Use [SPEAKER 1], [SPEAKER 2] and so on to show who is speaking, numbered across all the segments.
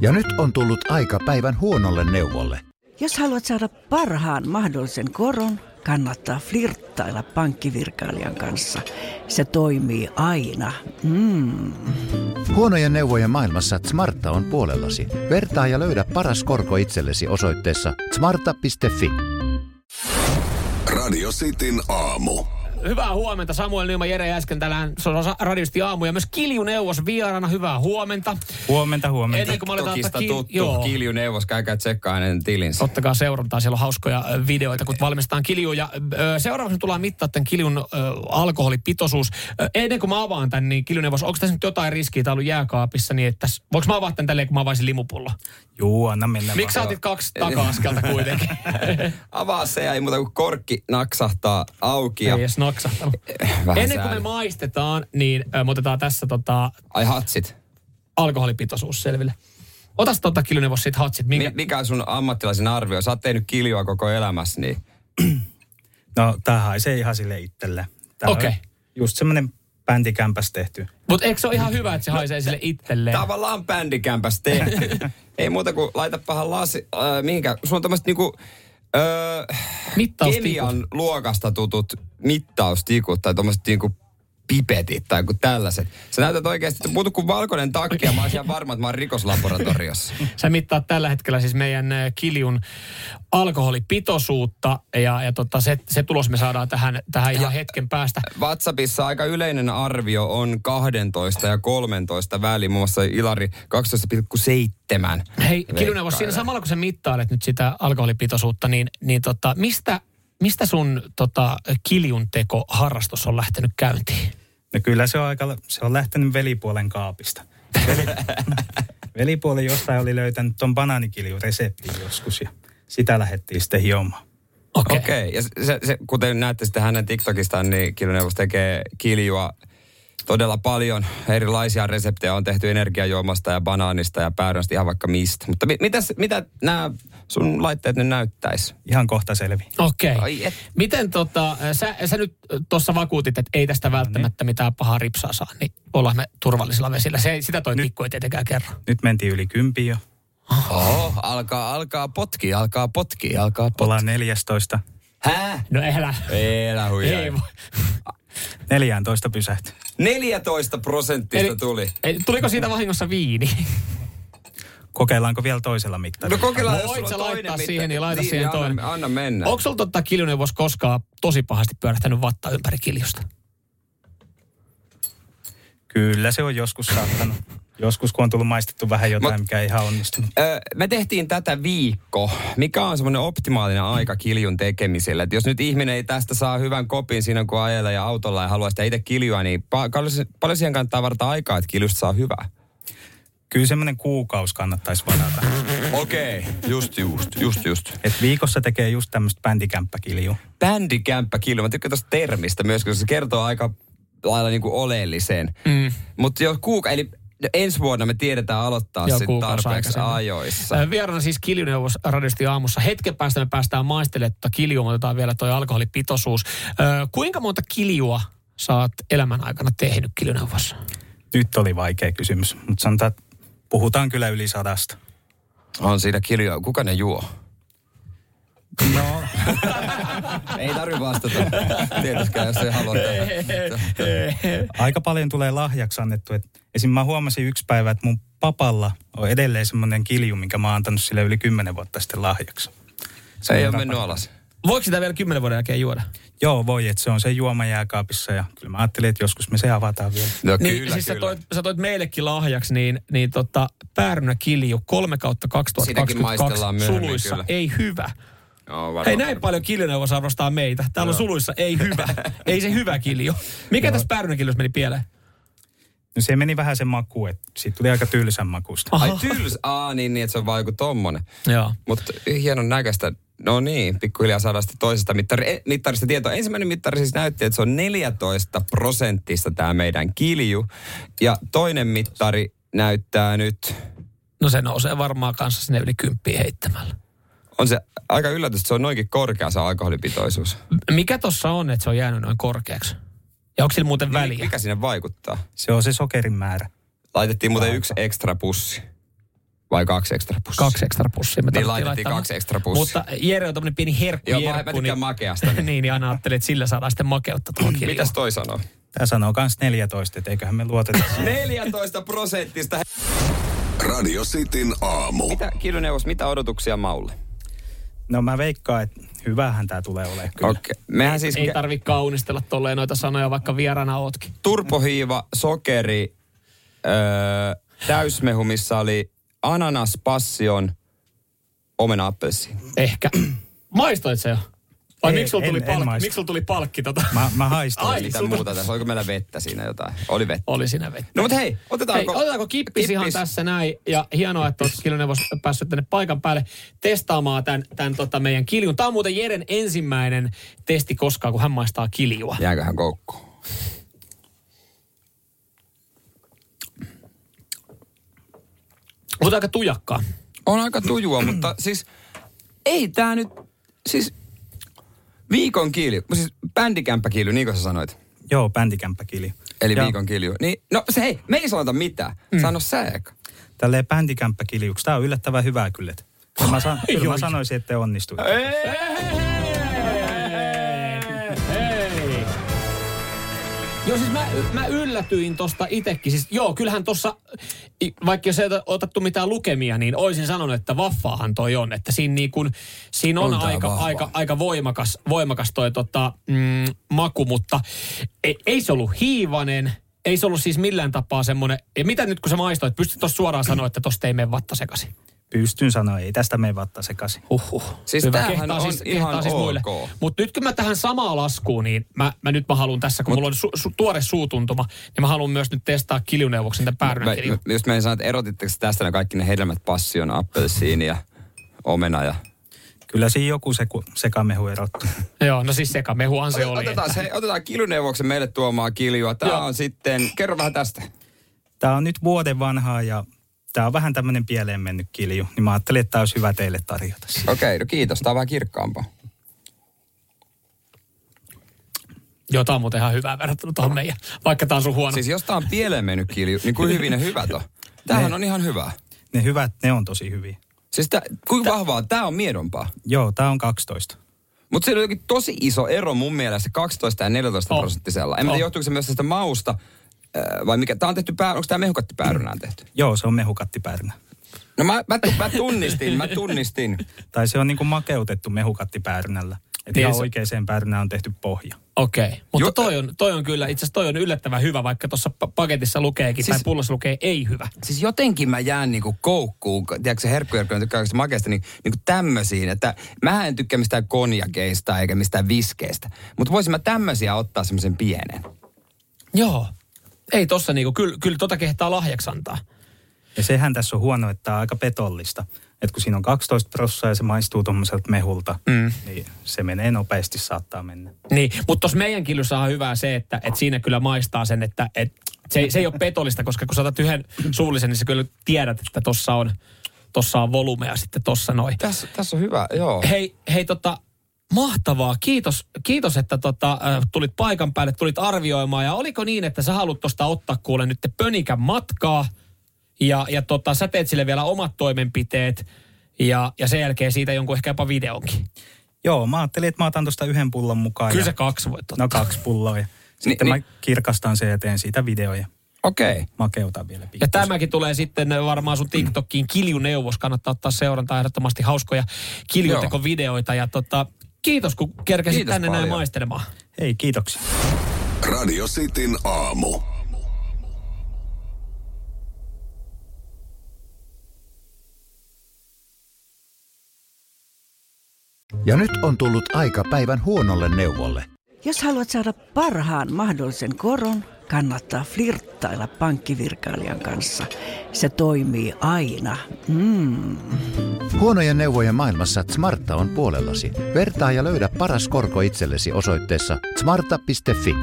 [SPEAKER 1] Ja nyt on tullut aika päivän huonolle neuvolle.
[SPEAKER 2] Jos haluat saada parhaan mahdollisen koron, kannattaa flirttailla pankkivirkailijan kanssa. Se toimii aina. Mm.
[SPEAKER 1] Huonojen neuvojen maailmassa Smarta on puolellasi. Vertaa ja löydä paras korko itsellesi osoitteessa smarta.fi.
[SPEAKER 3] Radio Cityn aamu.
[SPEAKER 4] Hyvää huomenta. Samuel Nyman, Jere äsken täällä radiosti aamu ja myös Kiljuneuvos vieraana. Hyvää huomenta.
[SPEAKER 5] Huomenta, huomenta.
[SPEAKER 4] Ennen niin kuin mä aletaan
[SPEAKER 6] Tokista
[SPEAKER 4] ottaa
[SPEAKER 6] ki-
[SPEAKER 4] ki-
[SPEAKER 6] tuttu
[SPEAKER 4] joo.
[SPEAKER 6] kiljuneuvos, käykää tsekkaa hänen tilinsä.
[SPEAKER 4] Ottakaa seurantaa, siellä on hauskoja ö, videoita, kun valmistetaan kiljuun. Ja ö, seuraavaksi me tullaan mittaa tämän kiljun ö, alkoholipitoisuus. Ö, ennen kuin mä avaan tämän, niin kiljuneuvos, onko tässä nyt jotain riskiä? Tää on ollut jääkaapissa, niin että voiko mä avaa tämän tälleen, kun mä avaisin limupullo?
[SPEAKER 5] Juu, anna mennä
[SPEAKER 4] Miksi sä
[SPEAKER 5] vaan.
[SPEAKER 4] otit kaksi taka-askelta kuitenkin?
[SPEAKER 6] Avaa se ja ei muuta kuin korkki naksahtaa auki. Ja...
[SPEAKER 4] Ei edes naksahtanut.
[SPEAKER 6] Vähän
[SPEAKER 4] Ennen kuin me
[SPEAKER 6] sääli.
[SPEAKER 4] maistetaan, niin ö, me otetaan tässä tota,
[SPEAKER 6] Ai hatsit.
[SPEAKER 4] alkoholipitoisuus selville. Otas tota kiljuneuvos siitä hatsit. Minkä,
[SPEAKER 6] Mi- mikä on sun ammattilaisen arvio? Sä oot tehnyt kiljoa koko elämässä, niin
[SPEAKER 5] No, tää haisee ihan sille itselle. Tää
[SPEAKER 4] Okei.
[SPEAKER 5] on just semmonen bändikämpäs tehty.
[SPEAKER 4] Mutta eikö se ole ihan hyvä, että se
[SPEAKER 6] No,
[SPEAKER 4] haisee sille itselleen?
[SPEAKER 6] tavallaan bändikämpäs tehty. ei muuta kuin laita pahan lasi, äh, minkä? Sulla on tämmöiset niinku... Öö,
[SPEAKER 4] Mittaustikut.
[SPEAKER 6] kemian luokasta tutut mittaustikut tai tuommoiset niinku pipetit tai joku tällaiset. Sä näytät oikeasti, että muutu kuin valkoinen takki ja mä oon ihan varma, että mä oon rikoslaboratoriossa.
[SPEAKER 4] Sä mittaat tällä hetkellä siis meidän ö, kiljun alkoholipitoisuutta ja, ja tota, se, se tulos me saadaan tähän, tähän ihan hetken päästä.
[SPEAKER 6] WhatsAppissa aika yleinen arvio on 12 ja 13 väli, muun muassa Ilari 12,7.
[SPEAKER 4] Hei, Kiljuneuvos, siinä samalla kun sä mittailet nyt sitä alkoholipitoisuutta, niin, niin tota, mistä, mistä sun tota, kiljun teko harrastus on lähtenyt käyntiin?
[SPEAKER 5] No kyllä se on aika, se on lähtenyt velipuolen kaapista. Veli, velipuoli jostain oli löytänyt ton banaanikiljun-reseptin joskus ja sitä lähdettiin sitten hiomaan.
[SPEAKER 6] Okei, okay. ja se, se, se, kuten näette sitten hänen TikTokistaan, niin Kiljuneuvos tekee kiljua todella paljon. Erilaisia reseptejä on tehty energiajuomasta ja banaanista ja päärynästä ihan vaikka mistä. Mutta mi, mitäs, mitä nämä sun laitteet nyt näyttäisi?
[SPEAKER 5] Ihan kohta selvi.
[SPEAKER 4] Okei.
[SPEAKER 6] Ai et.
[SPEAKER 4] Miten tota, sä, sä nyt tuossa vakuutit, että ei tästä välttämättä mitään pahaa ripsaa saa, niin ollaan me turvallisilla vesillä. Se, ei- sitä toi
[SPEAKER 5] Nyt-
[SPEAKER 4] tikku ei tietenkään kerro.
[SPEAKER 5] Nyt mentiin yli kympi jo.
[SPEAKER 6] Oho, alkaa, alkaa potki, alkaa potki, alkaa potki.
[SPEAKER 5] Ollaan 14.
[SPEAKER 6] Hää?
[SPEAKER 4] No elä.
[SPEAKER 6] Elä
[SPEAKER 4] Ei
[SPEAKER 6] huijaa.
[SPEAKER 4] voi.
[SPEAKER 5] 14 pysähty.
[SPEAKER 6] 14 prosenttista
[SPEAKER 4] Eli-
[SPEAKER 6] tuli.
[SPEAKER 4] Ei, Tuliko siitä vahingossa viini?
[SPEAKER 5] Kokeillaanko vielä toisella
[SPEAKER 6] No
[SPEAKER 5] mittarilla?
[SPEAKER 6] kokeilaan, jos
[SPEAKER 4] Voit
[SPEAKER 6] sulla
[SPEAKER 4] sä
[SPEAKER 6] on
[SPEAKER 4] laittaa
[SPEAKER 6] toinen mitta-
[SPEAKER 4] siihen, niin laita
[SPEAKER 6] Niin,
[SPEAKER 4] siihen
[SPEAKER 6] anna-
[SPEAKER 4] toinen.
[SPEAKER 6] Anna mennä.
[SPEAKER 4] Onko sulla tota kiljuneuvos koskaan tosi pahasti pyörähtänyt vatta ympäri kiljusta?
[SPEAKER 5] Kyllä se on joskus saattanut. Joskus kun on tullut maistettu vähän jotain, mikä ei ihan onnistunut.
[SPEAKER 6] Ö, me tehtiin tätä viikko. Mikä on semmoinen optimaalinen aika kiljun tekemiselle? Et jos nyt ihminen ei tästä saa hyvän kopin siinä, kun ajelee ja autolla ja haluaa sitä itse kiljua, niin pa- kal- paljon siihen kannattaa varata aikaa, että kiljusta saa hyvää.
[SPEAKER 5] Kyllä semmoinen kuukaus kannattaisi varata.
[SPEAKER 6] Okei, okay. just just, just just.
[SPEAKER 5] Et viikossa tekee just tämmöistä bändikämppäkiljua.
[SPEAKER 6] Bändikämppä kilju. Mä tykkään tuosta termistä myös, koska se kertoo aika lailla niinku oleelliseen. Mm. Mutta jos kuuka, eli ensi vuonna me tiedetään aloittaa
[SPEAKER 4] Joo,
[SPEAKER 6] sit
[SPEAKER 4] kuukausi
[SPEAKER 6] tarpeeksi
[SPEAKER 4] aikaisemmin.
[SPEAKER 6] ajoissa.
[SPEAKER 4] Ö, Vieraana siis Kiljuneuvos radiosti aamussa. Hetken päästä me päästään maistelemaan tuota kiljua, mutta otetaan vielä toi alkoholipitoisuus. Ö, kuinka monta kiljua sä oot elämän aikana tehnyt Kiljuneuvos?
[SPEAKER 5] Nyt oli vaikea kysymys, mutta sanotaan, että puhutaan kyllä yli sadasta.
[SPEAKER 6] On siinä kiljoa. Kuka ne juo?
[SPEAKER 5] No,
[SPEAKER 6] Ei tarvi vastata. Tietyskään, jos ei halua.
[SPEAKER 5] aika paljon tulee lahjaksi annettu. Et esim. mä huomasin yksi päivä, että mun papalla on edelleen semmoinen kilju, minkä mä oon antanut sille yli kymmenen vuotta sitten lahjaksi.
[SPEAKER 6] Se ei ole mennyt alas.
[SPEAKER 4] Voiko sitä vielä kymmenen vuoden jälkeen juoda?
[SPEAKER 5] Joo, voi, että se on se juoma jääkaapissa ja kyllä mä ajattelin, että joskus me se avataan vielä.
[SPEAKER 6] No
[SPEAKER 4] niin, siis Sä, toit, sä toit meillekin lahjaksi, niin, niin tota, päärynä kilju 3 kautta
[SPEAKER 6] Sitäkin
[SPEAKER 4] 2022
[SPEAKER 6] maistellaan myöhemmin,
[SPEAKER 4] suluissa
[SPEAKER 6] kyllä.
[SPEAKER 4] ei hyvä.
[SPEAKER 6] Joo, varmaan.
[SPEAKER 4] Ei näin paljon kiljuneuvos arvostaa meitä. Täällä on suluissa ei hyvä. ei se hyvä kilju. Mikä tässä päärynäkiljussa meni pieleen?
[SPEAKER 5] No se meni vähän sen makuun, että siitä tuli aika tylsän makusta.
[SPEAKER 6] Ai tyls. Aa, niin, niin, että se on vaan joku tommonen.
[SPEAKER 4] Joo.
[SPEAKER 6] Mutta hienon näköistä. No niin, pikkuhiljaa saadaan sitten toisesta mittari, e, mittarista tietoa. Ensimmäinen mittari siis näytti, että se on 14 prosenttista tämä meidän kilju. Ja toinen mittari näyttää nyt,
[SPEAKER 4] No se nousee varmaan kanssa sinne yli kymppiä heittämällä.
[SPEAKER 6] on se aika yllätys, että se on noinkin korkea se alkoholipitoisuus.
[SPEAKER 4] Mikä tossa on, että se on jäänyt noin korkeaksi? Ja onko sillä muuten
[SPEAKER 6] Niin,
[SPEAKER 4] väliä?
[SPEAKER 6] Mikä sinne vaikuttaa?
[SPEAKER 5] Se on se sokerin määrä.
[SPEAKER 6] Laitettiin muuten yksi ekstra pussi. vai kaksi ekstra pussia?
[SPEAKER 4] Kaksi ekstra pussia. Me
[SPEAKER 6] Niin
[SPEAKER 4] tarvittiin
[SPEAKER 6] laitettiin
[SPEAKER 4] laittaa,
[SPEAKER 6] kaksi ekstra pussia.
[SPEAKER 4] Mutta Jere on tämmöinen pieni herkku.
[SPEAKER 6] Joo, mä- mä
[SPEAKER 4] jerkku,
[SPEAKER 6] tykkään makeasta.
[SPEAKER 4] niin, niin aina ajattelin, että sillä saadaan sitten makeutta tuohon kirjoon.
[SPEAKER 6] Mitäs toi sanoo?
[SPEAKER 5] Tämä sanoo kans 14, että eiköhän me luoteta. siihen.
[SPEAKER 6] 14 prosenttista.
[SPEAKER 3] Radio Cityn aamu.
[SPEAKER 6] Mitä, kiljuneuvos, mitä odotuksia maulle?
[SPEAKER 5] No mä veikkaan, että hyvähän tämä tulee olemaan kyllä.
[SPEAKER 6] Okei. Mehän siis
[SPEAKER 4] Ei tarvitse kaunistella tolleen noita sanoja, vaikka vieraana ootkin.
[SPEAKER 6] turpohiiva, sokeri, öö, täysmehu, missä oli ananas, passion, omena, appelsiin.
[SPEAKER 4] Ehkä. Maistoit se jo? Vai
[SPEAKER 5] Ei,
[SPEAKER 4] miksi sulla
[SPEAKER 5] en-
[SPEAKER 4] tuli,
[SPEAKER 5] en
[SPEAKER 4] palkki?
[SPEAKER 5] maista.
[SPEAKER 4] Miksi sulla tuli palkki tota?
[SPEAKER 5] Mä, mä haistoin.
[SPEAKER 4] Ai,
[SPEAKER 6] Ei mitään
[SPEAKER 4] sulla-
[SPEAKER 6] muuta tässä. Oliko meillä vettä siinä jotain? Oli vettä.
[SPEAKER 4] Oli siinä vettä.
[SPEAKER 6] No mut hei, otetaanko...
[SPEAKER 4] Hei, otetaanko kippis, ihan tässä näin. Ja hienoa, että olet kiljuneuvos päässyt tänne paikan päälle testaamaan tämän, tämän tota meidän kiljun. Tämä on muuten Jeren ensimmäinen testi koskaan, kun hän maistaa kiljua.
[SPEAKER 6] Jääköhän koukkuun?
[SPEAKER 4] Mutta aika tujakkaa.
[SPEAKER 6] On aika tujua, mutta siis ei tää nyt... Siis viikon kilju, siis bändikämppä kilju, niin kuin sä sanoit.
[SPEAKER 5] Joo, bändikämppäkili.
[SPEAKER 6] Eli
[SPEAKER 5] Ja
[SPEAKER 6] viikon kilju. Niin, no se hei, me ei sanota mitään. Mm. Sano sä eka.
[SPEAKER 5] Tälleen bändikämppäkiliuksi. Tämä on yllättävän hyvää kyllä. että- Kyllä mä, san, kyllä mä sanoisin, että te onnistuitte.
[SPEAKER 4] Hei! Joo, siis mä, mä yllätyin tosta itekin. Siis, joo, kyllähän tossa, i- vaikka jos ei ota- otettu mitään lukemia, niin olisin sanonut, että vaffaahan toi on. Että siinä, niin kun, siinä on,
[SPEAKER 6] On tää
[SPEAKER 4] aika,
[SPEAKER 6] vahvaa.
[SPEAKER 4] aika, aika voimakas, voimakas toi tota, mm, maku, mutta ei, ei se ollut hiivanen. Ei se ollut siis millään tapaa semmoinen. Ja mitä nyt kun sä maistoit, pystyt tuossa suoraan sanoa, että tosta ei mene vatta sekaisin.
[SPEAKER 5] Pystyn sanoa, ei tästä mene vatta sekaisin.
[SPEAKER 4] Huhhuh.
[SPEAKER 6] Siis tämähän on ihan
[SPEAKER 4] siis
[SPEAKER 6] ok.
[SPEAKER 4] Mutta nyt kun mä tähän samaa laskuun, niin mä, mä nyt mä haluan tässä, kun Mut, mulla on su, su, tuore suutuntuma, niin mä haluan myös nyt testaa kiljuneuvoksen tämän
[SPEAKER 6] Mä,
[SPEAKER 4] päärynäkirjan.
[SPEAKER 6] mä- just mä en sano, että erotitteko te tästä ne kaikki ne hedelmät, passion, appelsiini ja omena ja...
[SPEAKER 5] Kyllä siinä joku se, sekamehu erottuu.
[SPEAKER 4] Joo, no siis sekamehuhan se oli.
[SPEAKER 6] Otetaan, se, otetaan kiljuneuvoksen meille tuomaa kiljua. Tää
[SPEAKER 4] Joo.
[SPEAKER 6] on sitten, kerro vähän tästä.
[SPEAKER 5] Tämä on nyt vuoden vanhaa ja tämä on vähän tämmöinen pieleen mennyt kilju. Niin mä ajattelin, että tämä olisi hyvä teille tarjota.
[SPEAKER 6] Okei, okay, no kiitos. Tää on vähän kirkkaampaa.
[SPEAKER 4] Joo, tää on muuten ihan hyvää verrattuna tuohon meidän, vaikka tää on sun huono.
[SPEAKER 6] Siis
[SPEAKER 4] Siis,
[SPEAKER 6] jos tää on pieleen mennyt kilju, niin kuin hyvin ne hyvät on. Tämähän on ihan hyvää.
[SPEAKER 5] Ne hyvät, ne on tosi hyviä.
[SPEAKER 6] Siis tää, kuinka vahvaa? Tää on miedompaa.
[SPEAKER 5] Joo, tämä on 12.
[SPEAKER 6] Mutta siellä on jokin tosi iso ero mun mielestä 12 ja 14
[SPEAKER 4] On.
[SPEAKER 6] prosenttisella. En mä
[SPEAKER 4] On.
[SPEAKER 6] tiedä, johtuuko se myös tästä mausta, äh, vai mikä. Tää on tehty, pää, onko tää mehukatti päärynään tehty?
[SPEAKER 5] Joo, se on mehukattipäärynä.
[SPEAKER 6] No mä, mä, tu- mä tunnistin, mä tunnistin.
[SPEAKER 5] Tai se on niinku makeutettu mehukattipäärynällä. Että
[SPEAKER 4] Niin
[SPEAKER 5] ihan
[SPEAKER 4] se-
[SPEAKER 5] oikeeseen päärynään on tehty pohja.
[SPEAKER 4] Okei, okay. mutta
[SPEAKER 6] Ju-
[SPEAKER 4] toi on, toi on kyllä, itse asiassa toi on yllättävän hyvä, vaikka tuossa pa- paketissa lukeekin siis, tai
[SPEAKER 6] Siis-
[SPEAKER 4] pullossa lukee ei hyvä.
[SPEAKER 6] Siis jotenkin mä jään niinku koukkuun, kun- tiedätkö se herkkujerkkujen tykkää kaikista makeista, niin, niinku tämmöisiin. Että mä en tykkää mistään konjakeista eikä mistään viskeistä. Mutta voisin mä tämmöisiä ottaa semmoisen pienen.
[SPEAKER 4] Joo. Ei tossa niinku, kyllä, kyllä tota kehtaa lahjaksi antaa.
[SPEAKER 5] Ja sehän tässä on huono, että tämä on aika petollista. Että kun siinä on 12 prossaa ja se maistuu tuommoiselta mehulta, mm. niin se menee nopeasti, saattaa mennä.
[SPEAKER 4] Niin, mutta tuossa meidän kilyssä on hyvää se, että, että siinä kyllä maistaa sen, että, että se, ei- se ei ole petollista, koska kun saatat yhden suullisen, niin sä kyllä tiedät, että tossa on, tossa on volumea sitten tossa noin.
[SPEAKER 6] Tässä, tässä on hyvä, joo.
[SPEAKER 4] Hei, hei tota, mahtavaa. Kiitos, kiitos että tota, äh, tulit paikan päälle, tulit arvioimaan. Ja oliko niin, että sä haluat tuosta ottaa kuule nyt pönikän matkaa ja, ja tota, sä teet sille vielä omat toimenpiteet ja, ja sen jälkeen siitä jonkun ehkä jopa videonkin.
[SPEAKER 5] Joo, mä ajattelin, että mä otan tuosta yhden pullon mukaan.
[SPEAKER 4] Kyllä se
[SPEAKER 5] ja,
[SPEAKER 4] kaksi voit ottaa.
[SPEAKER 5] no kaksi pulloa. Ja sitten
[SPEAKER 6] Ni-
[SPEAKER 5] mä
[SPEAKER 6] ni-
[SPEAKER 5] kirkastan sen ja teen siitä videoja.
[SPEAKER 6] Okei.
[SPEAKER 5] Makeutan vielä
[SPEAKER 4] Ja
[SPEAKER 5] pikkusen.
[SPEAKER 4] tämäkin tulee sitten varmaan sun TikTokkiin kiljuneuvos. Kannattaa ottaa seurantaa ehdottomasti hauskoja kiljutekovideoita. Ja tota, kiitos, kun kerkesit
[SPEAKER 6] Kiitos
[SPEAKER 4] tänne näin
[SPEAKER 6] paljon.
[SPEAKER 4] maistelemaan.
[SPEAKER 5] Hei, kiitoksia.
[SPEAKER 3] Radio Cityn aamu.
[SPEAKER 1] Ja nyt on tullut aika päivän huonolle neuvolle.
[SPEAKER 2] Jos haluat saada parhaan mahdollisen koron, kannattaa flirttailla pankkivirkailijan kanssa. Se toimii aina. Mm.
[SPEAKER 1] Huonojen neuvojen maailmassa Smarta on puolellasi. Vertaa ja löydä paras korko itsellesi osoitteessa smarta.fi.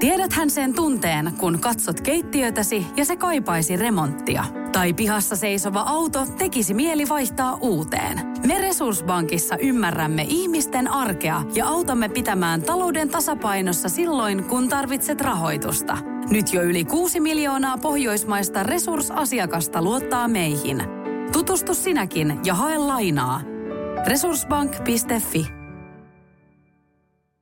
[SPEAKER 7] Tiedäthän sen tunteen, kun katsot keittiötäsi ja se kaipaisi remonttia. Tai pihassa seisova auto tekisi mieli vaihtaa uuteen. Me Resurssbankissa ymmärrämme ihmisten arkea ja autamme pitämään talouden tasapainossa silloin, kun tarvitset rahoitusta. Nyt jo yli 6 miljoonaa pohjoismaista resursasiakasta luottaa meihin. Tutustu sinäkin ja hae lainaa. Resurssbank.fi